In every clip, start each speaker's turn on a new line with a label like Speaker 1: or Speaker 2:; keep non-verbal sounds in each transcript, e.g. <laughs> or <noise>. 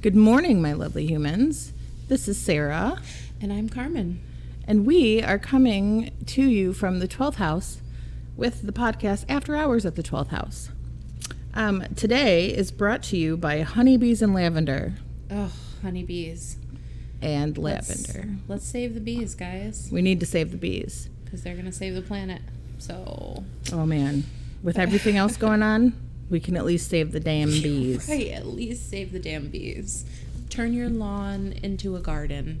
Speaker 1: Good morning, my lovely humans. This is Sarah,
Speaker 2: And I'm Carmen.
Speaker 1: and we are coming to you from the 12th house with the podcast After Hours at the 12th house. Um, today is brought to you by Honeybees and Lavender
Speaker 2: Oh, honeybees.
Speaker 1: and
Speaker 2: Let's-
Speaker 1: Lavender.
Speaker 2: Let's save the bees, guys,
Speaker 1: We need to save the bees.
Speaker 2: because they're going to save the planet. So,
Speaker 1: Oh man, with everything else going on, we can at least save the damn
Speaker 2: <laughs>
Speaker 1: bees.
Speaker 2: hey, at least save the damn bees. Turn your lawn into a garden.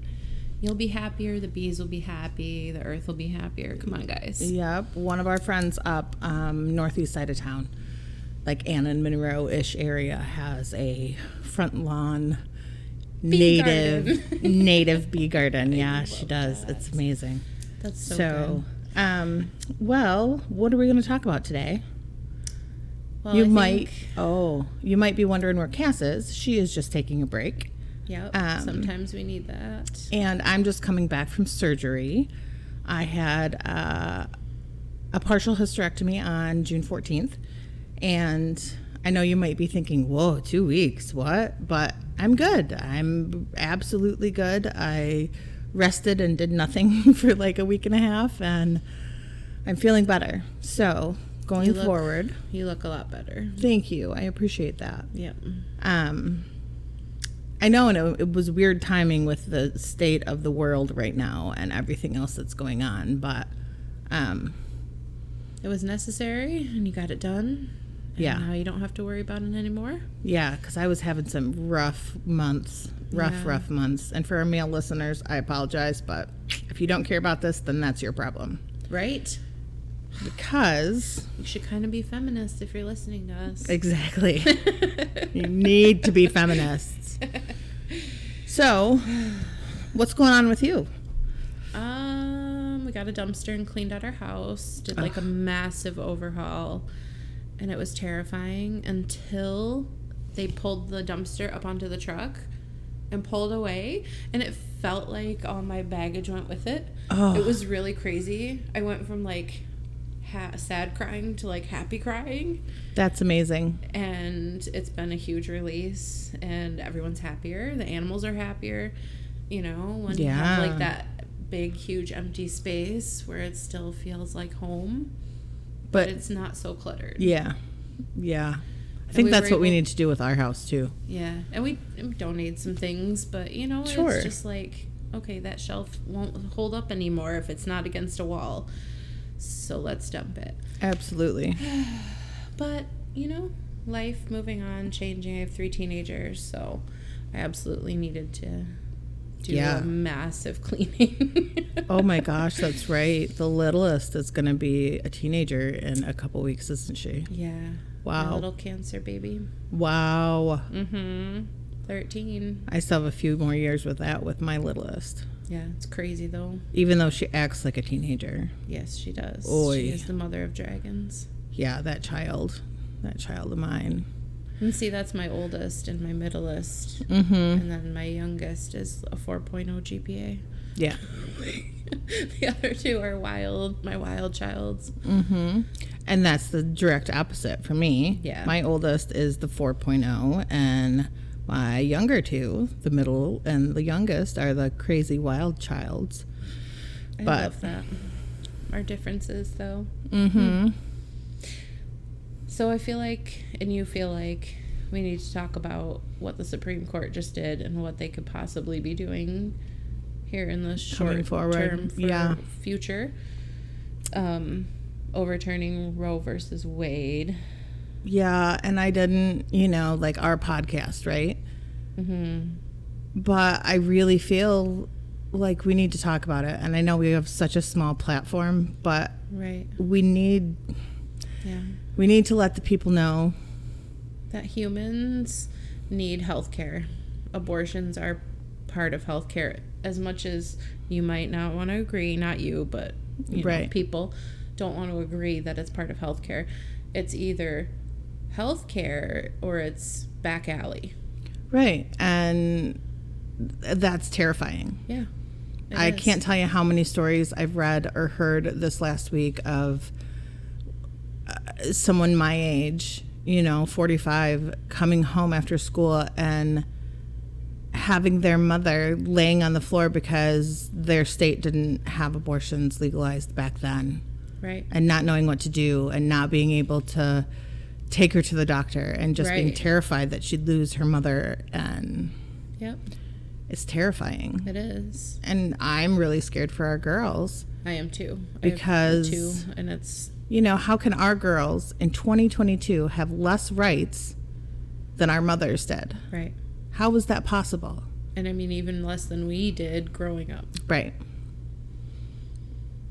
Speaker 2: You'll be happier. The bees will be happy. The earth will be happier. Come on, guys.
Speaker 1: Yep. One of our friends up um, northeast side of town, like Anna and Monroe ish area, has a front lawn
Speaker 2: Bee
Speaker 1: native
Speaker 2: garden. <laughs>
Speaker 1: native bee garden. Yeah, she does. It's amazing.
Speaker 2: That's so,
Speaker 1: So,
Speaker 2: good.
Speaker 1: um, well, what are we going to talk about today?
Speaker 2: Well, I
Speaker 1: you
Speaker 2: think-
Speaker 1: might. Oh, you might be wondering where Cass is. She is just taking a break.
Speaker 2: Yep.
Speaker 1: um,
Speaker 2: sometimes we need that.
Speaker 1: and I'm just coming back from surgery. I had uh, a partial hysterectomy on June 14th, and I know you might be thinking, "Whoa, two weeks? What?" But I'm good. I'm absolutely good. I rested and did nothing <laughs> for like a week and a half, and I'm feeling better. So going
Speaker 2: You look-
Speaker 1: forward,
Speaker 2: You look a lot better.
Speaker 1: thank you. I appreciate that.
Speaker 2: Yep.
Speaker 1: Um, I know, and it, it was weird timing with the state of the world right now and everything else that's going on, but um,
Speaker 2: It was necessary, and you got it done. And
Speaker 1: Yeah.
Speaker 2: Now you don't have to worry about it anymore.
Speaker 1: yeah, because I was having some rough months, rough,
Speaker 2: Yeah.
Speaker 1: rough months. And for our male listeners, I apologize, but if you don't care about this, then that's your problem.
Speaker 2: Right? <laughs>
Speaker 1: Because,
Speaker 2: You should kind of be feminist if you're listening to us. <laughs>
Speaker 1: exactly, you need to be
Speaker 2: <laughs>
Speaker 1: feminists. <laughs> So, what's going on with you?
Speaker 2: um, we got a dumpster and cleaned out our house. Did like a massive overhaul, and it was terrifying until they pulled the dumpster up onto the truck and pulled away, and it felt like all my baggage went with it.
Speaker 1: Oh.
Speaker 2: It was really crazy. I went from like ha- sad crying to like happy crying.
Speaker 1: That's amazing.
Speaker 2: and it's been a huge release and everyone's happier the animals are happier you know when you have
Speaker 1: Yeah.
Speaker 2: like that big huge empty space where it still feels like home but,
Speaker 1: But
Speaker 2: it's not so cluttered
Speaker 1: Yeah. Yeah. I think
Speaker 2: we
Speaker 1: that's
Speaker 2: were
Speaker 1: what we
Speaker 2: able-
Speaker 1: need to do with our house too.
Speaker 2: yeah and we donate some things but you know
Speaker 1: Sure.
Speaker 2: it's just like okay that shelf won't hold up anymore if it's not against a wall so let's dump it
Speaker 1: Absolutely.
Speaker 2: But, you know, life moving on, changing. I have three teenagers, so I absolutely needed to do
Speaker 1: Yeah.
Speaker 2: a massive <laughs> cleaning.
Speaker 1: Oh my gosh, that's right. The littlest is going to be a teenager in a couple weeks, isn't she?
Speaker 2: Yeah.
Speaker 1: Wow.
Speaker 2: My little cancer baby.
Speaker 1: Wow.
Speaker 2: Mm hmm. 13.
Speaker 1: I still have a few more years with that with my littlest,
Speaker 2: Yeah, it's crazy though.
Speaker 1: even though she acts like a teenager.
Speaker 2: Yes, she does.
Speaker 1: Oy.
Speaker 2: She is the mother of dragons.
Speaker 1: Yeah, that child, that child of mine.
Speaker 2: And see, that's my oldest and my middleest.
Speaker 1: Mm-hmm.
Speaker 2: And then my youngest is a 4.0 GPA.
Speaker 1: Yeah.
Speaker 2: <laughs> the other two are wild, my wild childs.
Speaker 1: Mm-hmm. And that's the direct opposite for me.
Speaker 2: Yeah.
Speaker 1: My oldest is the 4.0, and my younger two, the middle and the youngest, are the crazy wild childs.
Speaker 2: I
Speaker 1: But-
Speaker 2: love that. Our differences, though.
Speaker 1: Mm-hmm.
Speaker 2: So I feel like, and you feel like, we need to talk about what the Supreme Court just did and what they could possibly be doing here in the
Speaker 1: Coming
Speaker 2: short
Speaker 1: forward,
Speaker 2: term for
Speaker 1: yeah.
Speaker 2: future. Um, overturning Roe versus Wade.
Speaker 1: Yeah, and I didn't, you know, like our podcast, right?
Speaker 2: Mm-hmm.
Speaker 1: But I really feel like we need to talk about it. And I know we have such a small platform, but
Speaker 2: Right.
Speaker 1: we need
Speaker 2: Yeah.
Speaker 1: we need to let the people know.
Speaker 2: That humans need health care. Abortions are part of health care. As much as you might not want to agree, not you, but you know,
Speaker 1: Right.
Speaker 2: people don't want to agree that it's part of health care. It's either health care or it's back alley.
Speaker 1: Right. And th- that's terrifying.
Speaker 2: Yeah. it
Speaker 1: I
Speaker 2: is.
Speaker 1: can't tell you how many stories I've read or heard this last week of uh, someone my age, you know, 45, coming home after school and having their mother laying on the floor because their state didn't have abortions legalized back then
Speaker 2: right?
Speaker 1: and not knowing what to do and not being able to take her to the doctor and just being
Speaker 2: Right.
Speaker 1: terrified that she'd lose her mother and
Speaker 2: Yep,
Speaker 1: it's terrifying
Speaker 2: it is.
Speaker 1: and i'm really scared for our girls
Speaker 2: I am too I have
Speaker 1: Because-
Speaker 2: two, and it's
Speaker 1: you know how can our girls in 2022 have less rights than our mothers did
Speaker 2: right.
Speaker 1: how was that possible
Speaker 2: And I mean, even less than we did growing up.
Speaker 1: right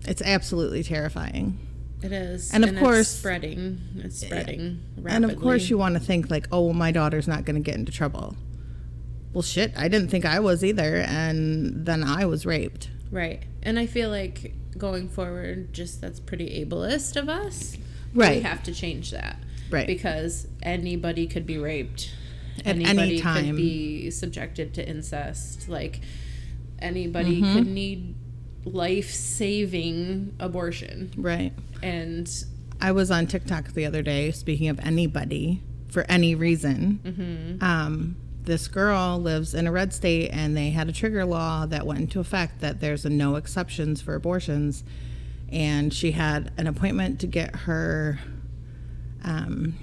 Speaker 1: it's absolutely terrifying
Speaker 2: It is,
Speaker 1: And of
Speaker 2: it's
Speaker 1: course- eh,
Speaker 2: spreading. It's spreading rapidly.
Speaker 1: And of course, you want to think like, oh, well, my daughter's not going to get into trouble. Well, shit, I didn't think I was either, and then I was raped.
Speaker 2: right. And I feel like going forward, just that's pretty ableist of us. We
Speaker 1: Right.
Speaker 2: have to change that,
Speaker 1: Right.
Speaker 2: Because anybody could be raped.
Speaker 1: At any time.
Speaker 2: could be subjected to incest. Like anybody
Speaker 1: Mm-hmm.
Speaker 2: could need life-saving abortion,
Speaker 1: Right.
Speaker 2: and
Speaker 1: I was on TikTok the other day, speaking of anybody for any reason. Um, this girl lives in a red state, and they had a trigger law that went into effect that there's a no exceptions for abortions. And she had an appointment to get her, um,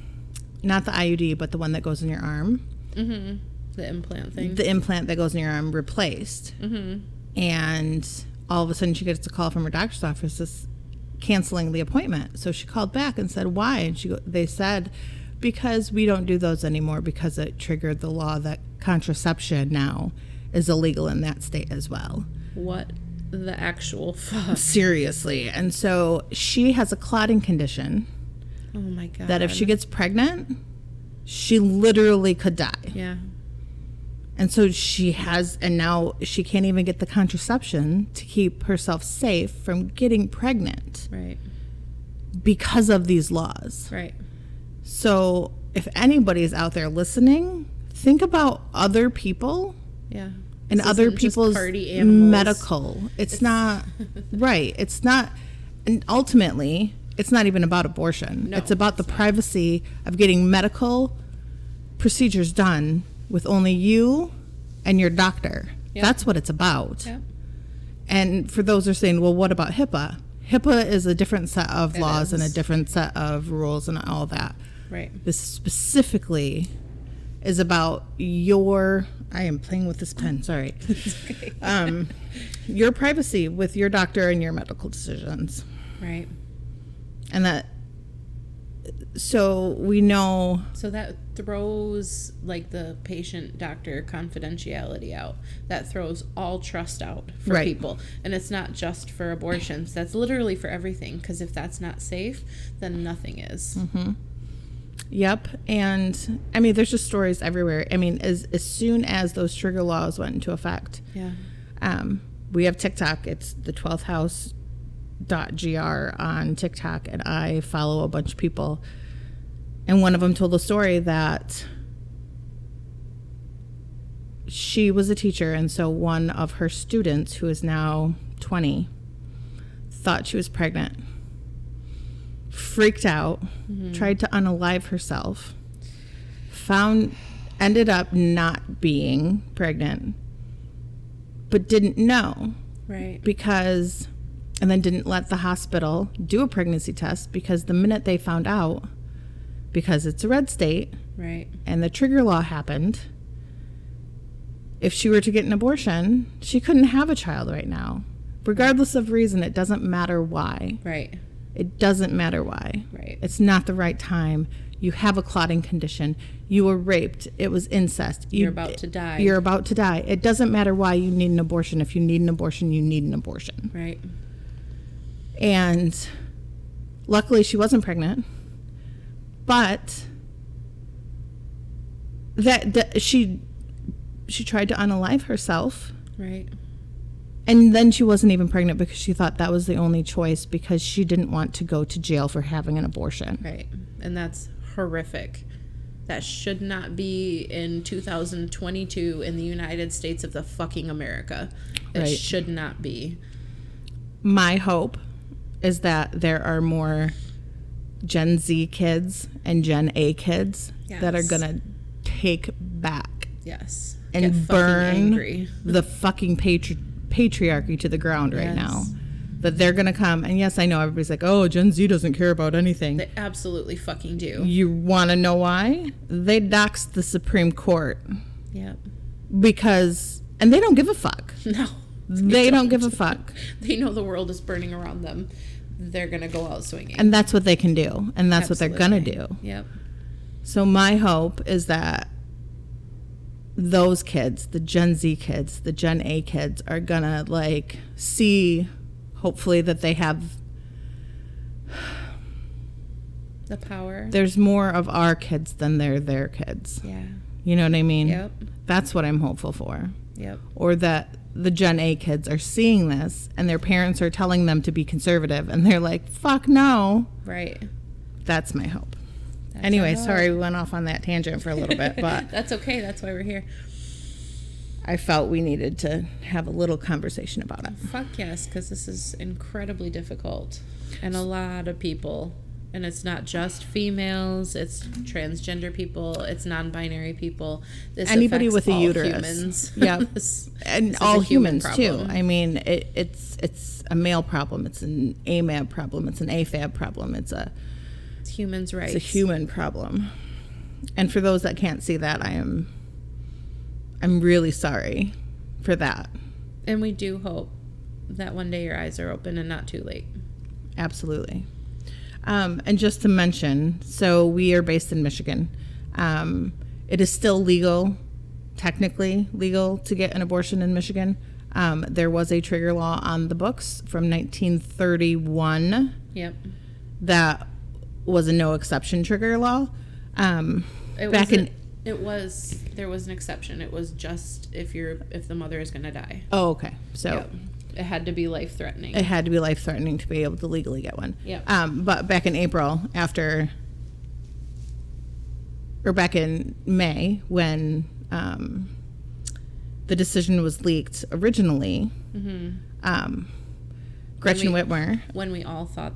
Speaker 1: not the IUD, but the one that goes in your arm.
Speaker 2: the implant thing.
Speaker 1: the implant that goes in your arm replaced. And all of a sudden, she gets a call from her doctor's office just canceling the appointment. So she called back and said, "Why?" And she go- they said, "Because we don't do those anymore because it triggered the law that contraception now is illegal in that state as well."
Speaker 2: what the actual <laughs> fuck?
Speaker 1: Seriously. And so she has a clotting condition
Speaker 2: Oh my god.
Speaker 1: that if she gets pregnant, she literally could die.
Speaker 2: yeah.
Speaker 1: And so she has, and now she can't even get the contraception to keep herself safe from getting pregnant
Speaker 2: Right.
Speaker 1: because of these laws.
Speaker 2: Right.
Speaker 1: So if anybody's out there listening, think about other people
Speaker 2: Yeah.
Speaker 1: and
Speaker 2: This
Speaker 1: other
Speaker 2: isn't just
Speaker 1: people's
Speaker 2: party animals.
Speaker 1: medical. It's, not,
Speaker 2: <laughs>
Speaker 1: right. It's not, and ultimately, it's not even about abortion.
Speaker 2: No,
Speaker 1: it's about the privacy of getting medical procedures done with only you and your doctor.
Speaker 2: Yep.
Speaker 1: That's what it's about.
Speaker 2: Yep.
Speaker 1: And for those who are saying, well, what about HIPAA? HIPAA is a different set of
Speaker 2: It
Speaker 1: laws and a
Speaker 2: is.
Speaker 1: different set of rules and all that. <laughs>
Speaker 2: Right. <laughs>
Speaker 1: This specifically is about your. I am playing with this pen. Sorry. <laughs> um, your privacy with your doctor and your medical decisions,
Speaker 2: Right.
Speaker 1: and that. So we know
Speaker 2: So that throws like the patient doctor confidentiality out. That throws all trust out for
Speaker 1: Right.
Speaker 2: people. And it's not just for abortions. That's literally for everything because if that's not safe, then nothing is.
Speaker 1: Hmm. Yep, and I mean, there's just stories everywhere. I mean, as as soon as those trigger laws went into effect,
Speaker 2: Yeah.
Speaker 1: um, we have TikTok. It's the twelfth house dot gr on TikTok, and I follow a bunch of people. And one of them told a story that she was a teacher, and so one of her students, who is now twenty, thought she was pregnant, freaked out, tried to unalive herself, found, ended up not being pregnant, but didn't know
Speaker 2: Right.
Speaker 1: because and then didn't let the hospital do a pregnancy test because the minute they found out because it's a red state
Speaker 2: Right.
Speaker 1: and the trigger law happened if she were to get an abortion she couldn't have a child right now regardless of reason it doesn't matter why
Speaker 2: Right.
Speaker 1: it doesn't matter why
Speaker 2: Right.
Speaker 1: it's not the right time you have a clotting condition you were raped it was incest you,
Speaker 2: You're about to die.
Speaker 1: you're about to die it doesn't matter why you need an abortion if you need an abortion you need an abortion
Speaker 2: right.
Speaker 1: and luckily she wasn't pregnant but that, that she she tried to unalive herself
Speaker 2: Right.
Speaker 1: and then she wasn't even pregnant because she thought that was the only choice because she didn't want to go to jail for having an abortion
Speaker 2: Right. And that's horrific. That should not be in 2022 in the United States of the fucking America. It
Speaker 1: Right.
Speaker 2: should not be.
Speaker 1: my hope is that there are more gen z kids and gen a kids that are
Speaker 2: Yes.
Speaker 1: gonna take back
Speaker 2: Yes. Get
Speaker 1: and
Speaker 2: fucking
Speaker 1: burn
Speaker 2: angry.
Speaker 1: the fucking patri- patriarchy to the ground right now.
Speaker 2: Yes.
Speaker 1: That they're gonna come, and yes, I know everybody's like, "Oh, Gen Z doesn't care about anything."
Speaker 2: They absolutely fucking do.
Speaker 1: you want to know why? They doxed the Supreme Court
Speaker 2: Yep. <laughs>
Speaker 1: because, and they don't give a fuck.
Speaker 2: No.
Speaker 1: They don't give a fuck.
Speaker 2: <laughs> They know the world is burning around them. They're going to go out swinging.
Speaker 1: And that's what they can do. And that's what they're going to do.
Speaker 2: Absolutely. Yep.
Speaker 1: So, my hope is that those kids, the Gen Z kids, the Gen A kids, are going to like see, hopefully, that they have,
Speaker 2: The power.
Speaker 1: there's more of our kids than there are their kids.
Speaker 2: yeah.
Speaker 1: You know what I mean?
Speaker 2: Yep.
Speaker 1: That's what I'm hopeful for.
Speaker 2: Yep.
Speaker 1: Or that the Gen A kids are seeing this and their parents are telling them to be conservative and they're like, fuck no.
Speaker 2: Right.
Speaker 1: That's my hope.
Speaker 2: That's
Speaker 1: Anyway,
Speaker 2: our
Speaker 1: sorry
Speaker 2: hope.
Speaker 1: we went off on that tangent for a little bit, but
Speaker 2: <laughs> That's okay. That's why we're here.
Speaker 1: I felt we needed to have a little conversation about it.
Speaker 2: Fuck yes, because this is incredibly difficult. And a lot of people. And it's not just females, it's transgender people, it's non binary people. This
Speaker 1: Anybody
Speaker 2: affects
Speaker 1: with a
Speaker 2: all
Speaker 1: uterus.
Speaker 2: Humans. <laughs>
Speaker 1: Yep.
Speaker 2: This-
Speaker 1: And
Speaker 2: this is
Speaker 1: all
Speaker 2: a human
Speaker 1: humans too.
Speaker 2: problem.
Speaker 1: I mean, it, it's it's a male problem. It's an AMAB problem. It's an AFAB problem. It's a
Speaker 2: It's humans' rights.
Speaker 1: it's a human problem. And for those that can't see that, I am I'm really sorry for that.
Speaker 2: And we do hope that one day your eyes are open and not too late.
Speaker 1: Absolutely. Um, and just to mention, so we are based in Michigan. Um, it is still legal, technically legal, to get an abortion in Michigan. Um, there was a trigger law on the books from 1931
Speaker 2: Yep.
Speaker 1: that was a no exception trigger law. Um,
Speaker 2: It
Speaker 1: back
Speaker 2: was
Speaker 1: in
Speaker 2: it was there was an exception. It was just if you're if the mother is gonna die.
Speaker 1: oh okay, so Eh.
Speaker 2: Yep. It had to be life threatening.
Speaker 1: it had to be life threatening to be able to legally get one.
Speaker 2: Yep.
Speaker 1: Um, but back in April, after, or back in May, when um, the decision was leaked originally,
Speaker 2: Mm-hmm.
Speaker 1: um, Gretchen
Speaker 2: we-
Speaker 1: Whitmer,
Speaker 2: when we all thought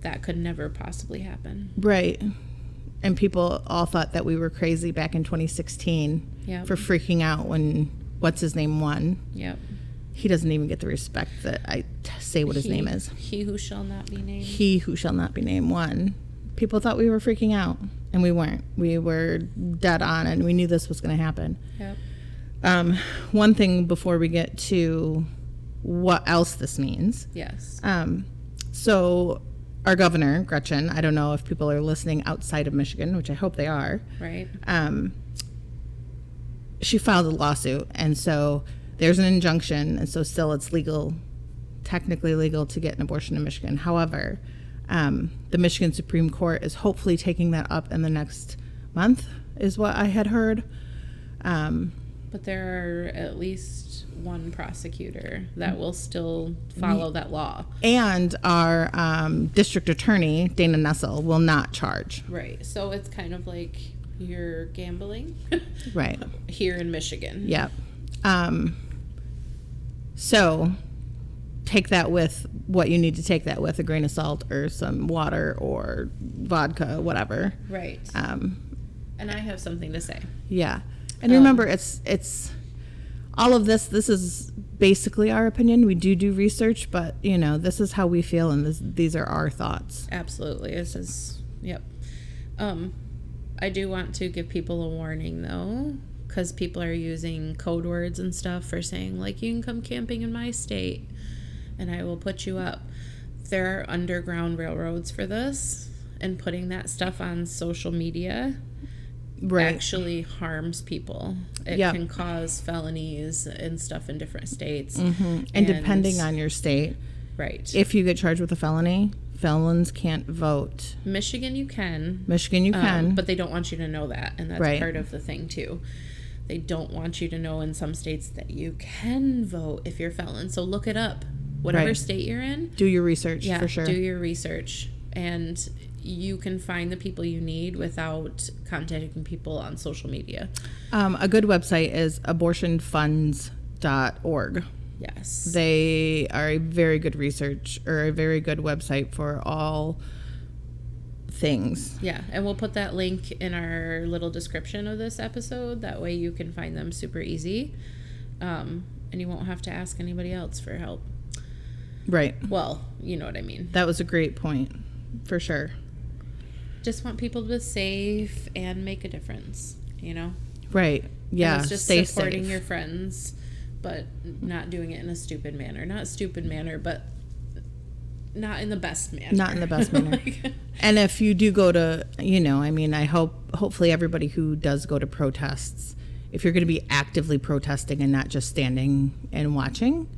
Speaker 2: that could never possibly happen.
Speaker 1: right, and people all thought that we were crazy back in 2016
Speaker 2: Yep.
Speaker 1: for freaking out when what's his name won.
Speaker 2: yep.
Speaker 1: He doesn't even get the respect that I t- say what his
Speaker 2: He-
Speaker 1: name is.
Speaker 2: He who shall not be named.
Speaker 1: he who shall not be named one people thought we were freaking out and we weren't we were dead on and we knew this was going to happen
Speaker 2: Yep.
Speaker 1: um, one thing before we get to what else this means
Speaker 2: Yes.
Speaker 1: um, so our governor gretchen i don't know if people are listening outside of michigan which i hope they are
Speaker 2: Right.
Speaker 1: um, she filed a lawsuit, and so there's an injunction, and so still it's legal, technically legal to get an abortion in Michigan. However, um, the Michigan Supreme Court is hopefully taking that up in the next month, is what I had heard. Um,
Speaker 2: But there are at least one prosecutor that will still follow that law.
Speaker 1: and our um, district attorney, Dana Nessel, will not charge.
Speaker 2: Right. So it's kind of like you're gambling
Speaker 1: <laughs> Right.
Speaker 2: here in Michigan.
Speaker 1: Yep. Um, so take that with what you need to take that with a grain of salt or some water or vodka, whatever.
Speaker 2: Right.
Speaker 1: Um,
Speaker 2: And I have something to say.
Speaker 1: yeah. And
Speaker 2: Um,
Speaker 1: remember, it's, it's all of this. This is basically our opinion. We do do research, but you know, this is how we feel, and this, these are our thoughts.
Speaker 2: Absolutely. This is yep. Um I do want to give people a warning though cuz people are using code words and stuff for saying like you can come camping in my state and I will put you up. There are underground railroads for this and putting that stuff on social media
Speaker 1: Right.
Speaker 2: actually harms people. It
Speaker 1: Yep.
Speaker 2: can cause felonies and stuff in different states.
Speaker 1: Mm-hmm. and depending on your state,
Speaker 2: right.
Speaker 1: if you get charged with a felony, felons can't vote.
Speaker 2: Michigan you can
Speaker 1: Michigan, you can.
Speaker 2: Um, but they don't want you to know that, and that's
Speaker 1: Right.
Speaker 2: part of the thing too. They don't want you to know in some states that you can vote if you're felon. So look it up, whatever
Speaker 1: Right.
Speaker 2: state you're in.
Speaker 1: do your research
Speaker 2: Yeah,
Speaker 1: for sure.
Speaker 2: do your research, and you can find the people you need without contacting people on social media.
Speaker 1: Um, a good website is abortionfunds.org.
Speaker 2: Yes,
Speaker 1: They are a very good research or a very good website for all things.
Speaker 2: Yeah, and we'll put that link in our little description of this episode. That way you can find them super easy. Um, and you won't have to ask anybody else for help.
Speaker 1: Right.
Speaker 2: Well, you know what I mean.
Speaker 1: That was a great point, for sure.
Speaker 2: Just want people to be safe and make a difference, you know?
Speaker 1: Right. Yeah.
Speaker 2: And it's just
Speaker 1: stay
Speaker 2: supporting
Speaker 1: safe.
Speaker 2: your friends, but not doing it in a stupid manner. Not stupid manner, but not in the best manner.
Speaker 1: Not in the best manner.
Speaker 2: <laughs> Like-
Speaker 1: And if you do go to, you know, I mean, I hope, hopefully, everybody who does go to protests, if you're going to be actively protesting and not just standing and watching,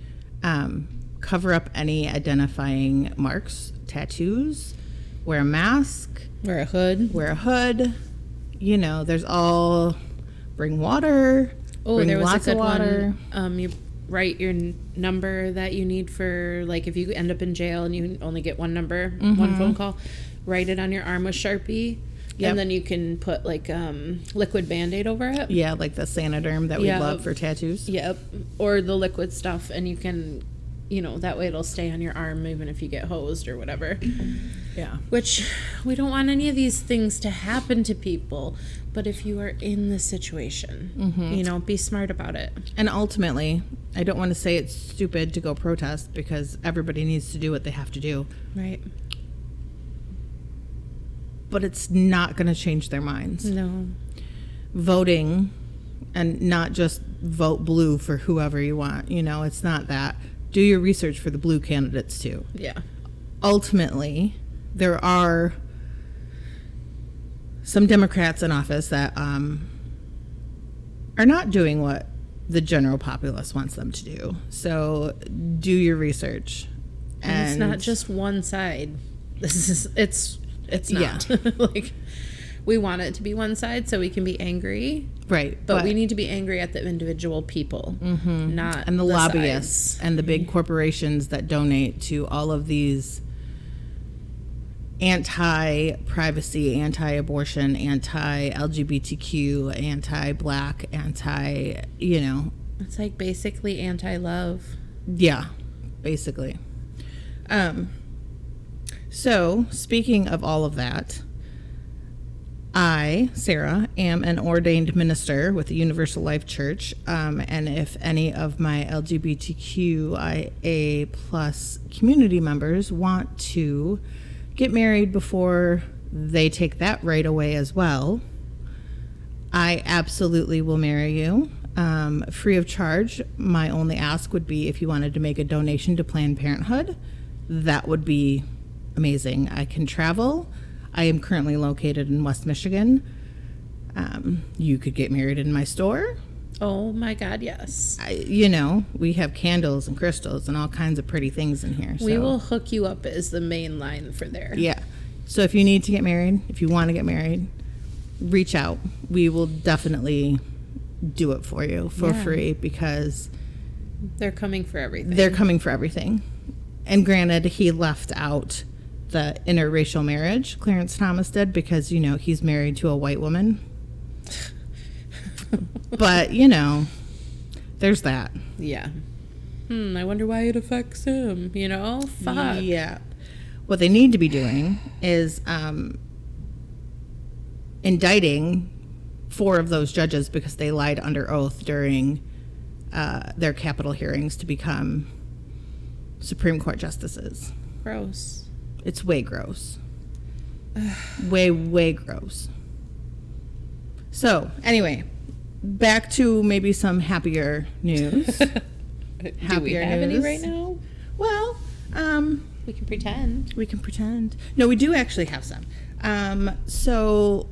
Speaker 1: um, cover up any identifying marks, tattoos, wear a mask,
Speaker 2: Wear a hood.
Speaker 1: wear a hood. You know, there's all bring water.
Speaker 2: Oh,
Speaker 1: bring
Speaker 2: there was
Speaker 1: lots
Speaker 2: a
Speaker 1: of
Speaker 2: good
Speaker 1: water.
Speaker 2: one. Um, you write your n- number that you need for like if you end up in jail and you only get one number, one phone call. Write it on your arm with Sharpie,
Speaker 1: Mm-hmm. Yep.
Speaker 2: and then you can put like um, liquid Band Aid over it.
Speaker 1: Yeah, like the Sanoderm that we
Speaker 2: Yeah.
Speaker 1: love for tattoos.
Speaker 2: Yep, or the liquid stuff, and you can, you know, that way it'll stay on your arm even if you get hosed or whatever.
Speaker 1: Yeah.
Speaker 2: Which we don't want any of these things to happen to people. But if you are in the situation, you know, be smart about it.
Speaker 1: And ultimately, I don't want to say it's stupid to go protest because everybody needs to do what they have to do,
Speaker 2: Right.
Speaker 1: but it's not going to change their minds.
Speaker 2: No.
Speaker 1: Voting and not just vote blue for whoever you want, you know, it's not that. Do your research for the blue candidates too.
Speaker 2: Yeah.
Speaker 1: ultimately, there are some Democrats in office that um, are not doing what the general populace wants them to do. So do your research.
Speaker 2: And it's not just one side. <laughs> This is it's it's not <laughs> like we want it to be one side so we can be angry,
Speaker 1: right,
Speaker 2: but, we need to be angry at the individual people, mm-hmm. not
Speaker 1: and the,
Speaker 2: sides.
Speaker 1: lobbyists and the
Speaker 2: Mm-hmm.
Speaker 1: big corporations that donate to all of these anti-privacy, anti-abortion, anti-LGBTQ, anti-black, anti, you know,
Speaker 2: It's like basically anti-love.
Speaker 1: Yeah, basically. Um, so, speaking of all of that, I, Sarah, am an ordained minister with the Universal Life Church. Um, and if any of my LGBTQIA plus community members want to get married before they take that right away as well, I absolutely will marry you. Um, free of charge. My only ask would be if you wanted to make a donation to Planned Parenthood, that would be amazing. I can travel. I am currently located in West Michigan. Um, you could get married in my store.
Speaker 2: Oh my god, yes.
Speaker 1: I, you know, we have candles and crystals and all kinds of pretty things in here. So.
Speaker 2: We will hook you up as the main line for there.
Speaker 1: Yeah. So if you need to get married, if you want to get married, reach out. We will definitely do it for you for
Speaker 2: Yeah.
Speaker 1: free because
Speaker 2: They're coming for everything.
Speaker 1: they're coming for everything. And granted, he left out the interracial marriage, Clarence Thomas did, because, you know, he's married to a white woman. but, you know, there's that.
Speaker 2: <laughs> yeah. Hmm, I wonder why it affects him, you know? Fuck.
Speaker 1: Yeah. What they need to be doing is um, indicting four of those judges because they lied under oath during uh, their capital hearings to become Supreme Court justices.
Speaker 2: <laughs> Gross.
Speaker 1: It's way gross. <sighs> way, way gross. So, anyway, back to maybe some happier news.
Speaker 2: <laughs> Do we
Speaker 1: Happier
Speaker 2: have any
Speaker 1: news.
Speaker 2: right now?
Speaker 1: well, um,
Speaker 2: We can pretend.
Speaker 1: We can pretend. No, we do actually have some. Um, so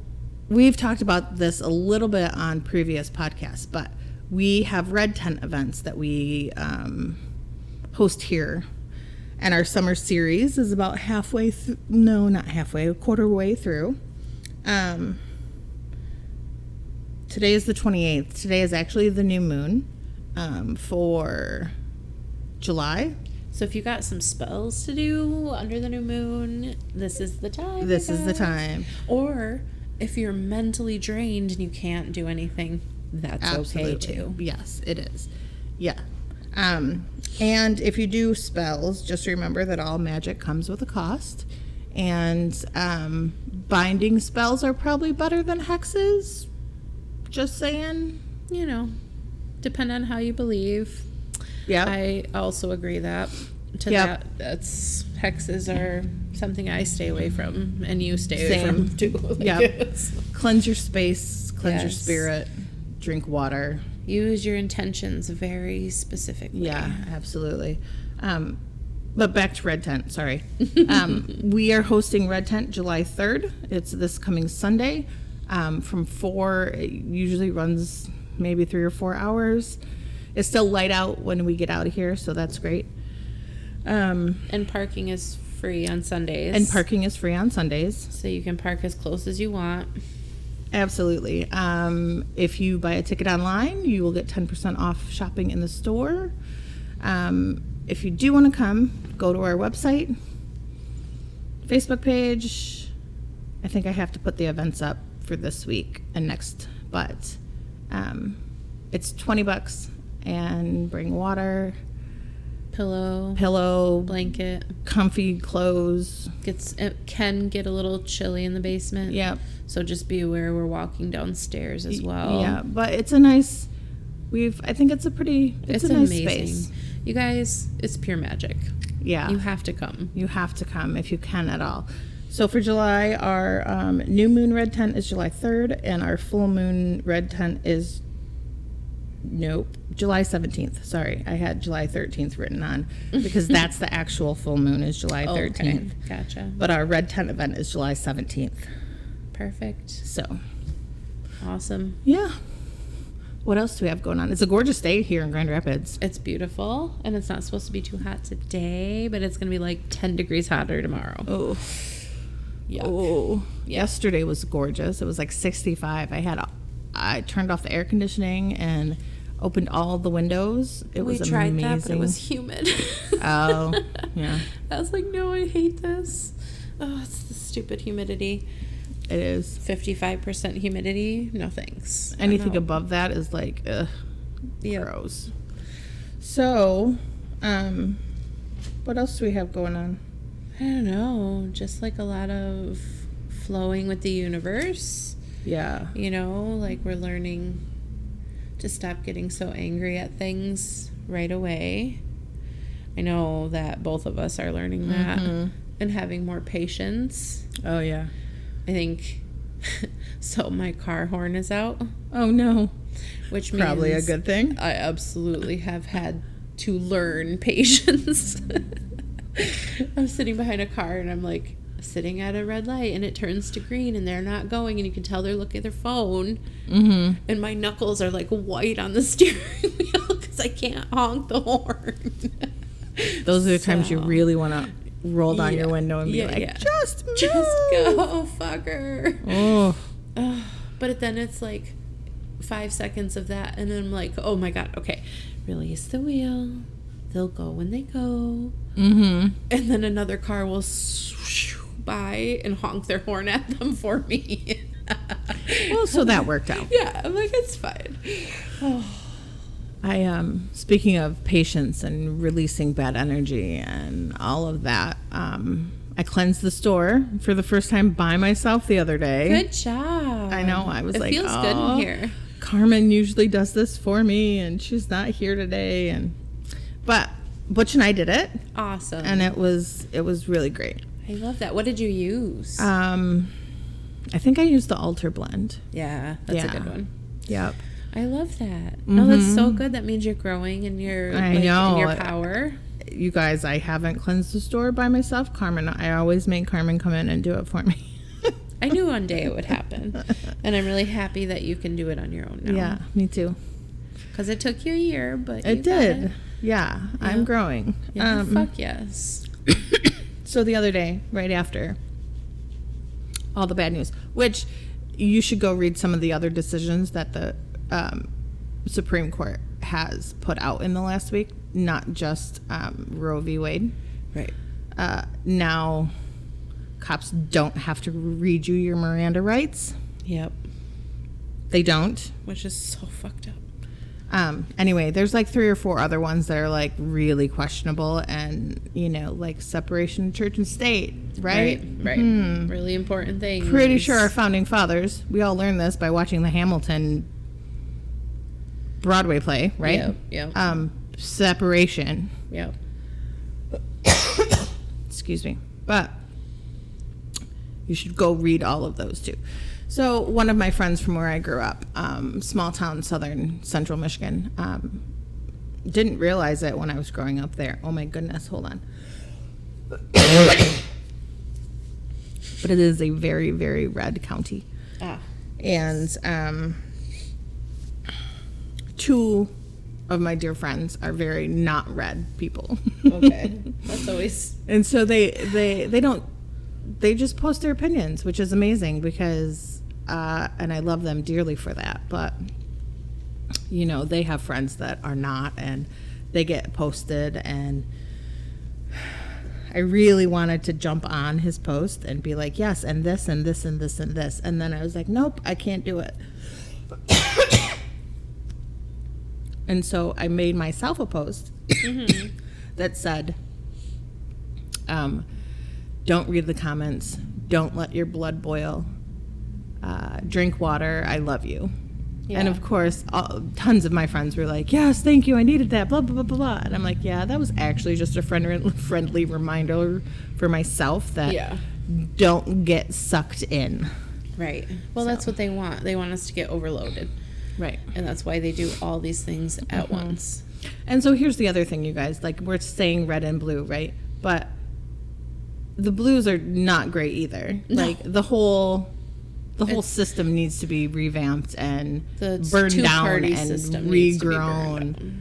Speaker 1: we've talked about this a little bit on previous podcasts, but we have red tent events that we um, host here. And our summer series is about halfway through, no, not halfway, a quarter way through. Um, today is the 28th. Today is actually the new moon um, for July.
Speaker 2: So if you got some spells to do under the new moon, this is the time.
Speaker 1: This is the
Speaker 2: guys.
Speaker 1: time.
Speaker 2: Or if you're mentally drained and you can't do anything, that's
Speaker 1: Absolutely.
Speaker 2: okay too.
Speaker 1: Yes, it is. Yeah. Um, and if you do spells, just remember that all magic comes with a cost. And um, binding spells are probably better than hexes. Just saying.
Speaker 2: You know, depend on how you believe.
Speaker 1: Yeah.
Speaker 2: I also agree that to
Speaker 1: Yep.
Speaker 2: that that's hexes are something I stay away from and you stay away
Speaker 1: Same.
Speaker 2: from too. <laughs> Like,
Speaker 1: Yep.
Speaker 2: it's-
Speaker 1: cleanse your space, cleanse your
Speaker 2: Yes.
Speaker 1: spirit, drink water.
Speaker 2: Use your intentions very specifically.
Speaker 1: Yeah, absolutely. Um, but back to Red Tent, sorry. Um, we are hosting Red Tent July 3rd. It's this coming Sunday um, from 4. It usually runs maybe three or four hours. It's still light out when we get out of here, so that's great. Um,
Speaker 2: And parking is free on Sundays.
Speaker 1: and parking is free on Sundays.
Speaker 2: so you can park as close as you want.
Speaker 1: Absolutely. Um, if you buy a ticket online, you will get 10% off shopping in the store. Um, if you do want to come, go to our website, Facebook page. I think I have to put the events up for this week and next, but um, it's 20 bucks and bring water,
Speaker 2: Pillow,
Speaker 1: pillow,
Speaker 2: blanket.
Speaker 1: comfy clothes.
Speaker 2: Gets it can get a little chilly in the basement.
Speaker 1: Yep.
Speaker 2: So just be aware we're walking downstairs as well.
Speaker 1: Yeah, but it's a nice. We've. I think it's a pretty.
Speaker 2: It's,
Speaker 1: It's, a nice
Speaker 2: amazing.
Speaker 1: space.
Speaker 2: You guys, it's pure magic.
Speaker 1: Yeah.
Speaker 2: You have to come.
Speaker 1: you have to come if you can at all. So for July, our um, new moon red tent is July 3rd, and our full moon red tent is nope, July 17th. Sorry, I had July 13th written
Speaker 2: <laughs>
Speaker 1: on because that's the actual full moon is July 13th.
Speaker 2: Okay. Gotcha.
Speaker 1: But our red tent event is July 17th.
Speaker 2: Perfect.
Speaker 1: So
Speaker 2: Awesome.
Speaker 1: yeah, what else do we have going on? It's a gorgeous day here in Grand Rapids.
Speaker 2: It's beautiful and it's not supposed to be too hot today, but it's going to be like 10 degrees hotter tomorrow.
Speaker 1: Oh.
Speaker 2: Yeah.
Speaker 1: Oh, yesterday was gorgeous. It was like 65. I had, I turned off the air conditioning and opened all the windows. It
Speaker 2: we
Speaker 1: was
Speaker 2: tried
Speaker 1: amazing.
Speaker 2: that, but it was humid.
Speaker 1: Oh,
Speaker 2: <laughs>
Speaker 1: yeah.
Speaker 2: I was like, no, I hate this. Oh, it's the stupid humidity.
Speaker 1: It is.
Speaker 2: 55% humidity. No thanks. I
Speaker 1: Anything
Speaker 2: know.
Speaker 1: above that is like, ugh,
Speaker 2: Yeah.
Speaker 1: gross. So, um, what else do we have going on?
Speaker 2: I don't know. Just like a lot of flowing with the universe.
Speaker 1: Yeah.
Speaker 2: You know, like we're learning to stop getting so angry at things right away. I know that both of us are learning that
Speaker 1: Mm-hmm.
Speaker 2: and having more patience.
Speaker 1: Oh, yeah.
Speaker 2: I think <laughs> so. My car horn is out,
Speaker 1: Oh, no.
Speaker 2: which means
Speaker 1: Probably a good thing.
Speaker 2: I absolutely have had to learn <laughs> patience. I'm sitting behind a car and I'm like sitting at a red light and it turns to green and they're not going and you can tell they're looking at their phone
Speaker 1: Mm hmm.
Speaker 2: and my knuckles are like white on the <laughs> steering wheel because I can't honk the horn.
Speaker 1: Those are the times you
Speaker 2: So,
Speaker 1: really want to roll down your
Speaker 2: Yeah.
Speaker 1: window and be
Speaker 2: Yeah,
Speaker 1: like,
Speaker 2: yeah.
Speaker 1: just move. <laughs>
Speaker 2: just go, fucker.
Speaker 1: Oh.
Speaker 2: Ugh, but then it's like five seconds of that, and I'm like, oh my god, okay, release the wheel. They'll go when they go,
Speaker 1: Mm hmm.
Speaker 2: and then another car will swoosh by and honk their horn at them for me.
Speaker 1: <laughs> Well, so that
Speaker 2: <laughs>
Speaker 1: worked out.
Speaker 2: yeah, I'm like, it's fine. Oh,
Speaker 1: I um speaking of patience and releasing bad energy and all of that, um, I cleansed the store for the first time by myself the other day.
Speaker 2: good job.
Speaker 1: I know, I was
Speaker 2: it
Speaker 1: like,
Speaker 2: feels
Speaker 1: "Aw."
Speaker 2: good in here.
Speaker 1: Carmen usually does this for me and she's not here today and but Butch and I did it
Speaker 2: Awesome.
Speaker 1: and it was it was really great.
Speaker 2: I love that. What did you use?
Speaker 1: Um I think I used the altar blend.
Speaker 2: yeah, that's a
Speaker 1: yeah.
Speaker 2: good one.
Speaker 1: Yep.
Speaker 2: I love that. No, that's so good. That means you're growing in your
Speaker 1: I
Speaker 2: like, in
Speaker 1: know.
Speaker 2: your power.
Speaker 1: You guys, I haven't cleansed the store by myself. Carmen, I always make Carmen come in and do it for me. <laughs>
Speaker 2: I knew one day it would happen, and I'm really happy that you can do it on your own now.
Speaker 1: Yeah, me too.
Speaker 2: because it took you a year, but you
Speaker 1: It
Speaker 2: got
Speaker 1: did.
Speaker 2: it.
Speaker 1: Yeah, I'm
Speaker 2: Yeah.
Speaker 1: growing.
Speaker 2: Yeah,
Speaker 1: Um,
Speaker 2: fuck yes.
Speaker 1: so the other day, right after all the bad news, which you should go read some of the other decisions that the um, Supreme Court has put out in the last week, not just um, Roe v. Wade.
Speaker 2: Right.
Speaker 1: Uh, now, cops don't have to read you your Miranda rights.
Speaker 2: Yep.
Speaker 1: They don't.
Speaker 2: Which is so fucked up.
Speaker 1: Um, anyway, there's like three or four other ones that are like really questionable and, you know, like separation of church and state, right? Hmm.
Speaker 2: Right. Right. Really important thing.
Speaker 1: Pretty sure our founding fathers, we all learned this by watching the Hamilton Broadway play, right?
Speaker 2: Yep. Yep.
Speaker 1: Um, separation.
Speaker 2: yep.
Speaker 1: excuse me but you should go read all of those too so one of my friends from where i grew up um, small town southern central michigan um, didn't realize it when i was growing up there oh my goodness hold on <coughs> but it is a very very red county
Speaker 2: Ah.
Speaker 1: and um, two of my dear friends are very not red people <laughs>
Speaker 2: Okay. <laughs> That's always
Speaker 1: and so they they they don't they just post their opinions which is amazing because uh, and i love them dearly for that but you know they have friends that are not and they get posted and i really wanted to jump on his post and be like yes and this and this and this and this and then i was like nope i can't do it <coughs> and so i made myself a post
Speaker 2: Mm-hmm.
Speaker 1: that said um, don't read the comments. Don't let your blood boil. Uh, drink water. I love you. And
Speaker 2: Yeah.
Speaker 1: of course, all, tons of my friends were like, "Yes, thank you. I needed that." Blah blah blah blah. blah. And I'm like, "Yeah, that was actually just a friend, <laughs> friendly reminder for myself that
Speaker 2: Yeah.
Speaker 1: don't get sucked in."
Speaker 2: right. Well, that's what they want. They want us to get overloaded,
Speaker 1: Right.
Speaker 2: and that's why they do all these things at
Speaker 1: Mm-hmm.
Speaker 2: once.
Speaker 1: And so here's the other thing, you guys. Like we're saying red and blue, right? But the blues are not great either. Like the whole the whole system needs to be revamped and
Speaker 2: The
Speaker 1: burned down
Speaker 2: two-party
Speaker 1: and
Speaker 2: system needs to be burned
Speaker 1: regrown.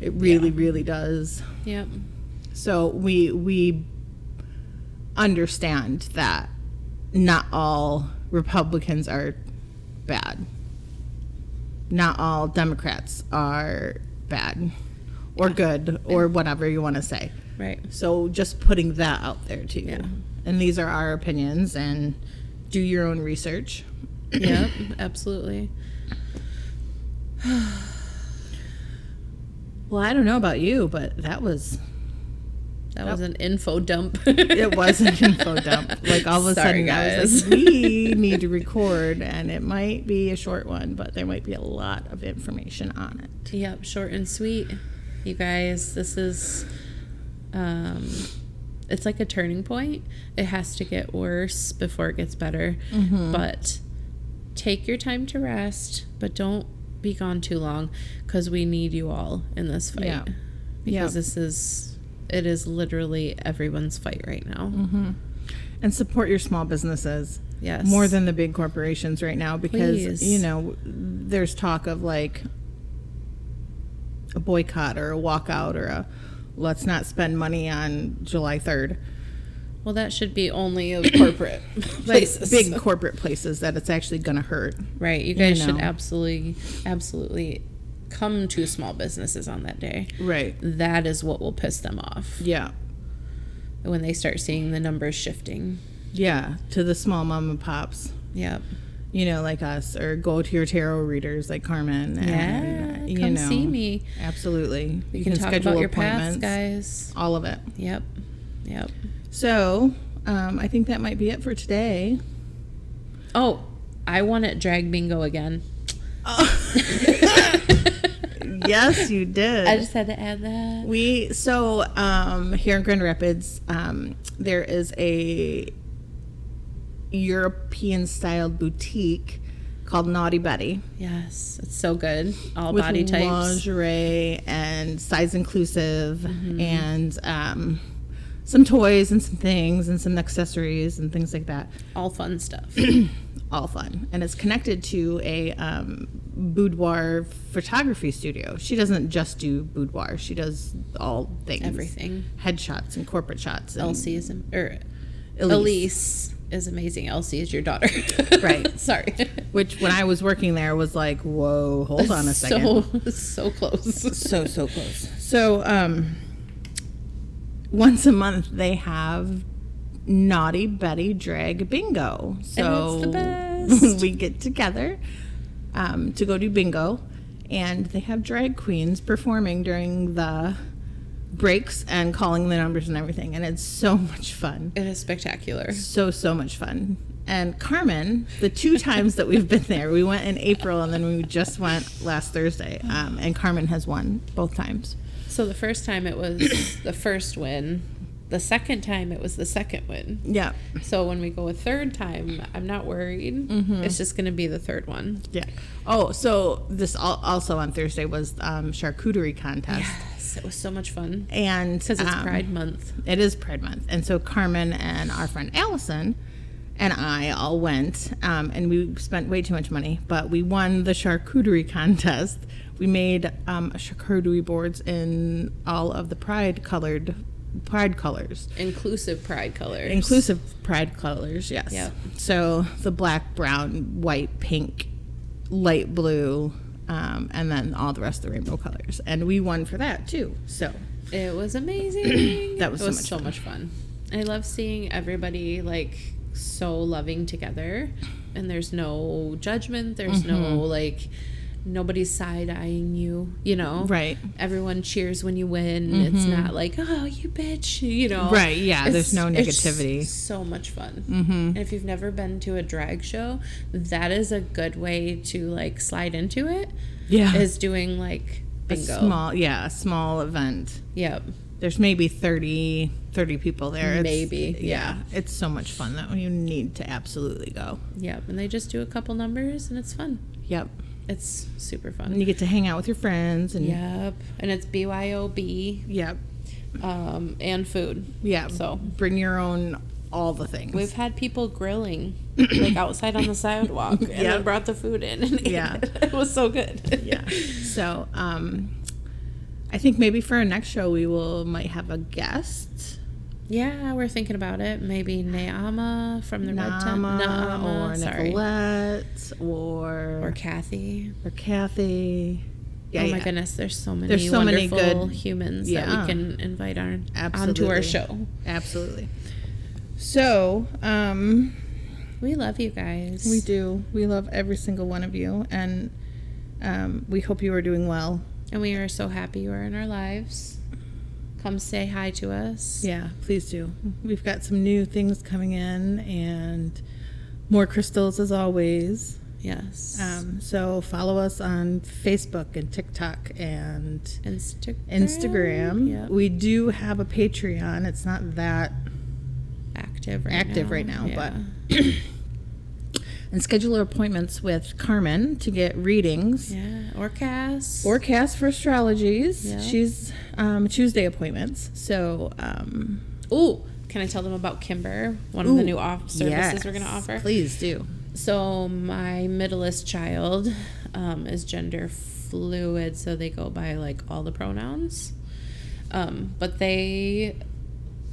Speaker 1: It really, really does.
Speaker 2: Yep.
Speaker 1: So we we understand that not all Republicans are bad. Not all Democrats are bad or good or whatever you want to say. <coughs>
Speaker 2: Right.
Speaker 1: So just putting that out there to you.
Speaker 2: Yeah.
Speaker 1: And these are our opinions and do your own research.
Speaker 2: yep. Absolutely.
Speaker 1: Well, I don't know about you, but that was
Speaker 2: That was an info dump.
Speaker 1: it was
Speaker 2: <laughs>
Speaker 1: an info dump. Like all of a
Speaker 2: Sorry,
Speaker 1: sudden, I was like,
Speaker 2: <laughs>
Speaker 1: we need to record, and it might be a short one, but there might be a lot of information on it.
Speaker 2: Yep, short and sweet. You guys, this is um it's like a turning point. It has to get worse before it gets better.
Speaker 1: Mm-hmm.
Speaker 2: But take your time to rest, but don't be gone too long cuz we need you all in this fight.
Speaker 1: Yeah.
Speaker 2: Because
Speaker 1: Yeah.
Speaker 2: this is it is literally everyone's fight right now.
Speaker 1: Mm-hmm. And support your small businesses
Speaker 2: Yes.
Speaker 1: more than the big corporations right now because,
Speaker 2: Please.
Speaker 1: you know, there's talk of like a boycott or a walkout or a let's not spend money on July 3rd.
Speaker 2: Well, that should be only of <coughs> corporate
Speaker 1: Like
Speaker 2: places.
Speaker 1: big corporate places that it's actually going to hurt.
Speaker 2: Right. You guys should
Speaker 1: know.
Speaker 2: absolutely, absolutely come to small businesses on that day.
Speaker 1: Right.
Speaker 2: That is what will piss them off
Speaker 1: Yeah.
Speaker 2: when they start seeing the numbers shifting.
Speaker 1: Yeah. To the small mom and pops.
Speaker 2: Yep.
Speaker 1: you know, like us, or go to your tarot readers like Carmen.
Speaker 2: Yeah.
Speaker 1: And, you
Speaker 2: come
Speaker 1: know,
Speaker 2: see me.
Speaker 1: Absolutely.
Speaker 2: We can, talk about your past, guys.
Speaker 1: all of it.
Speaker 2: Yep. Yep.
Speaker 1: So um, I think that might be it for today.
Speaker 2: Oh, I want it drag bingo again.
Speaker 1: yes, you did.
Speaker 2: I just had to add that.
Speaker 1: We so um, here in Grand Rapids, um, there is a European styled boutique called Naughty Betty
Speaker 2: Yes. It's so good. All
Speaker 1: with
Speaker 2: body types.
Speaker 1: lingerie and size inclusive
Speaker 2: Mm-hmm.
Speaker 1: and um, some toys and some things and some accessories and things like that.
Speaker 2: All fun <coughs> stuff.
Speaker 1: all fun and it's connected to a um, boudoir photography studio she doesn't just do boudoir she does all things
Speaker 2: Everything. Oh.
Speaker 1: headshots and corporate shots and
Speaker 2: Elsie is, am- or
Speaker 1: Elise.
Speaker 2: Elise. is amazing. Elsie is your daughter.
Speaker 1: Right.
Speaker 2: <laughs> Sorry.
Speaker 1: which when i was working there was like whoa hold on a second
Speaker 2: <laughs> So, so close.
Speaker 1: so so close so um once a month they have naughty betty drag bingo so
Speaker 2: the
Speaker 1: <laughs>
Speaker 2: best.
Speaker 1: we get together um, to go do bingo and they have drag queens performing during the breaks and calling the numbers and everything, and it's so much fun.
Speaker 2: It is spectacular.
Speaker 1: So, so much fun. And Carmen, the two times that we've been there, we went in April and then we just went last Thursday, um, and Carmen has won both times.
Speaker 2: So the first time it <coughs> was the first win. The second time it was the second win.
Speaker 1: Yeah.
Speaker 2: So when we go a third time, I'm not worried. It's just going to be the third one. <sighs>
Speaker 1: Yeah. Oh, so this al- also on Thursday was um, charcuterie contest,
Speaker 2: Yes, it was so much fun
Speaker 1: and
Speaker 2: because it's
Speaker 1: um,
Speaker 2: Pride Month.
Speaker 1: It is Pride Month, and so Carmen and our friend Allison and I all went, um, and we spent way too much money, but we won the charcuterie contest. We made um, charcuterie boards in all of the Pride colored Pride colors.
Speaker 2: Inclusive Pride colors.
Speaker 1: Inclusive pride colors, yes.
Speaker 2: Yep.
Speaker 1: So the black, brown, white, pink, light blue, um, and then all the rest of the rainbow colors. And we won for that too. So
Speaker 2: It was amazing.
Speaker 1: That was
Speaker 2: it
Speaker 1: so
Speaker 2: was
Speaker 1: much
Speaker 2: so much fun. I love seeing everybody like so loving together, and there's no judgment. There's no
Speaker 1: Mm-hmm.
Speaker 2: like nobody's side eyeing you. You know,
Speaker 1: Right. Mm-hmm.
Speaker 2: Everyone cheers when you win. It's not like oh you bitch. You know,
Speaker 1: Right, yeah, there's no
Speaker 2: it's
Speaker 1: negativity.
Speaker 2: so much fun. Mm-hmm. And if you've never been to a drag show, that is a good way to like slide into it.
Speaker 1: yeah,
Speaker 2: Is doing like
Speaker 1: Uh-huh. a
Speaker 2: bingo.
Speaker 1: small, yeah, a small event.
Speaker 2: Yep.
Speaker 1: There's maybe 30, 30 people there. It's-
Speaker 2: Maybe,
Speaker 1: yeah. It's so much fun though. You need to absolutely go.
Speaker 2: Yep, and they just do a couple numbers and it's fun.
Speaker 1: Yep.
Speaker 2: It's super
Speaker 1: And
Speaker 2: fun.
Speaker 1: you get to hang out with your friends and
Speaker 2: Yep, and it's BYOB
Speaker 1: yep,
Speaker 2: um, and food.
Speaker 1: yeah.
Speaker 2: So-
Speaker 1: bring your own all the things.
Speaker 2: We've had people
Speaker 1: <coughs>
Speaker 2: grilling like outside on the sidewalk and
Speaker 1: Yep.
Speaker 2: then brought the food in. And <laughs> ate
Speaker 1: Yeah.
Speaker 2: it. it was so good.
Speaker 1: yeah. <laughs> So, um, I think maybe for our next show we will might have a guest.
Speaker 2: <laughs> Yeah, we're thinking about it. Maybe Naama from the Red Tent.
Speaker 1: Nama
Speaker 2: Naama,
Speaker 1: or
Speaker 2: sorry.
Speaker 1: Nicolette or
Speaker 2: Or Kathy.
Speaker 1: or Kathy. Yeah,
Speaker 2: oh my
Speaker 1: yeah.
Speaker 2: goodness, there's so many
Speaker 1: There's so many
Speaker 2: wonderful
Speaker 1: good-
Speaker 2: humans that
Speaker 1: Yeah.
Speaker 2: we can invite on, onto
Speaker 1: Absolutely.
Speaker 2: our show.
Speaker 1: Absolutely. So, um,
Speaker 2: We love you guys.
Speaker 1: we do. We love every single one of you, and um, we hope you are doing well.
Speaker 2: And we are so happy you are in our lives. Come say hi to us.
Speaker 1: Yeah, please do. We've got some new things coming in, and more crystals as always.
Speaker 2: Yes.
Speaker 1: Um, so follow us on Facebook and TikTok and
Speaker 2: Instagram.
Speaker 1: Instagram.
Speaker 2: Yep.
Speaker 1: We do have a Patreon. It's not that
Speaker 2: active right
Speaker 1: active
Speaker 2: now.
Speaker 1: right now, but-
Speaker 2: Yeah.
Speaker 1: <clears throat> and scheduler appointments with Carmen to get readings
Speaker 2: Yeah. Or Cass.
Speaker 1: or cast for astrologies.
Speaker 2: Yeah.
Speaker 1: She's um, Tuesday appointments. So um,
Speaker 2: Ooh. Can I tell them about Kimber? One of the
Speaker 1: Ooh,
Speaker 2: new off services we're going to
Speaker 1: yes,
Speaker 2: offer.
Speaker 1: Please do.
Speaker 2: So my middleest child um, is gender fluid, so they go by like all the pronouns. Um, but they,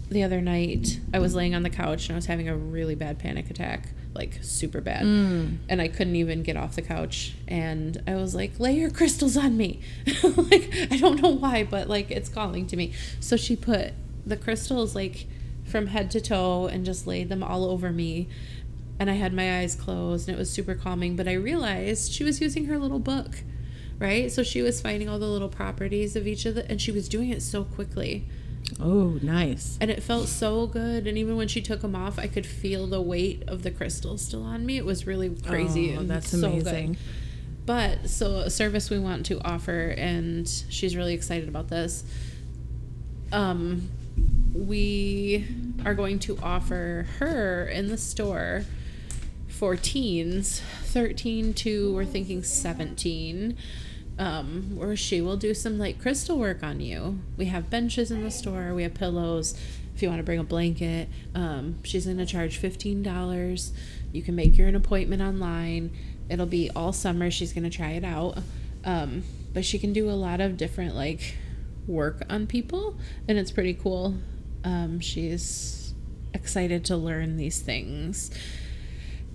Speaker 2: the other night, I was laying on the couch and I was having a really bad panic attack, like super bad, and I couldn't even get off the couch. And I was like, "Lay your crystals on me," <laughs> like I don't know why, but like it's calling to me. So she put the crystals like from head to toe and just laid them all over me and I had my eyes closed and it was super calming. But I realized she was using her little book, right? So she was finding all the little properties of each of the, and she was doing it so quickly.
Speaker 1: Oh, nice.
Speaker 2: And it felt so good. And even when she took them off, I could feel the weight of the crystals still on me. It was really crazy.
Speaker 1: Oh,
Speaker 2: and
Speaker 1: that's
Speaker 2: so good.
Speaker 1: amazing.
Speaker 2: But so a service we want to offer, and she's really excited about this. Um, we are going to offer her in the store for teens, 13 to we're thinking 17, um, where she will do some like crystal work on you. We have benches in the store, we have pillows. If you want to bring a blanket, um, she's going to charge $15. You can make your an appointment online. It'll be all summer. She's going to try it out. Um, but she can do a lot of different like work on people, and it's pretty cool. Um, she's excited to learn these things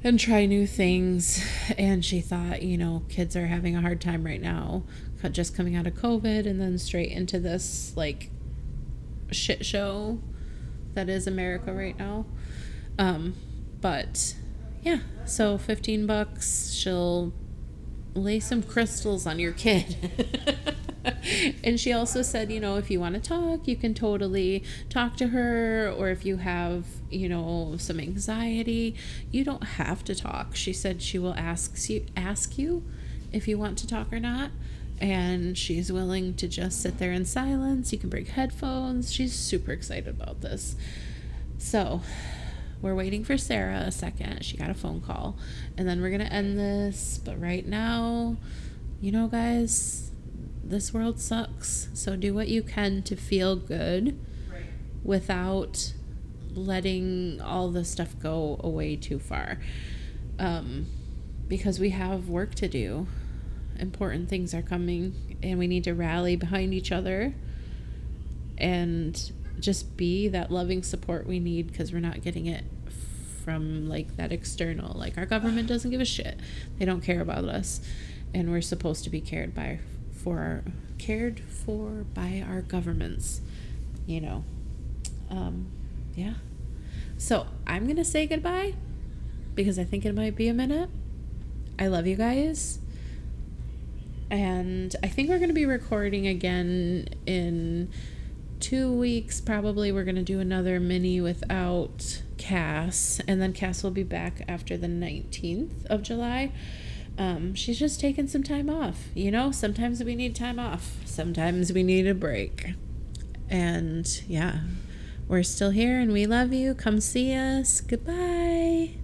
Speaker 2: and try new things. And she thought, you know, kids are having a hard time right now, co- just coming out of COVID and then straight into this like shit show that is America right now. Um, but yeah, so 15 bucks. She'll lay some crystals on your kid. <laughs> and she also said, you know, if you want to talk, you can totally talk to her. Or if you have, you know, some anxiety, you don't have to talk. She said she will ask you, ask you if you want to talk or not. And she's willing to just sit there in silence. You can bring headphones. She's super excited about this. So we're waiting for Sarah a second. She got a phone call. And then we're going to end this. But right now, you know, guys, this world sucks. So do what you can to feel good
Speaker 1: Right.
Speaker 2: without letting all the stuff go away too far. Um, because we have work to do. Important things are coming, and we need to rally behind each other and just be that loving support we need because we're not getting it from like that external. Like, our government doesn't give a shit, they don't care about us, and we're supposed to be cared by for our, cared for by our governments, you know um, yeah. So I'm gonna say goodbye because I think it might be a minute. I love you guys, and I think we're gonna be recording again in two weeks. Probably we're gonna do another mini without Cass, and then Cass will be back after the 19th of July. Um, she's just taking some time off. You know, sometimes we need time off. Sometimes we need a break. And yeah, we're still here and we love you. Come see us. Goodbye.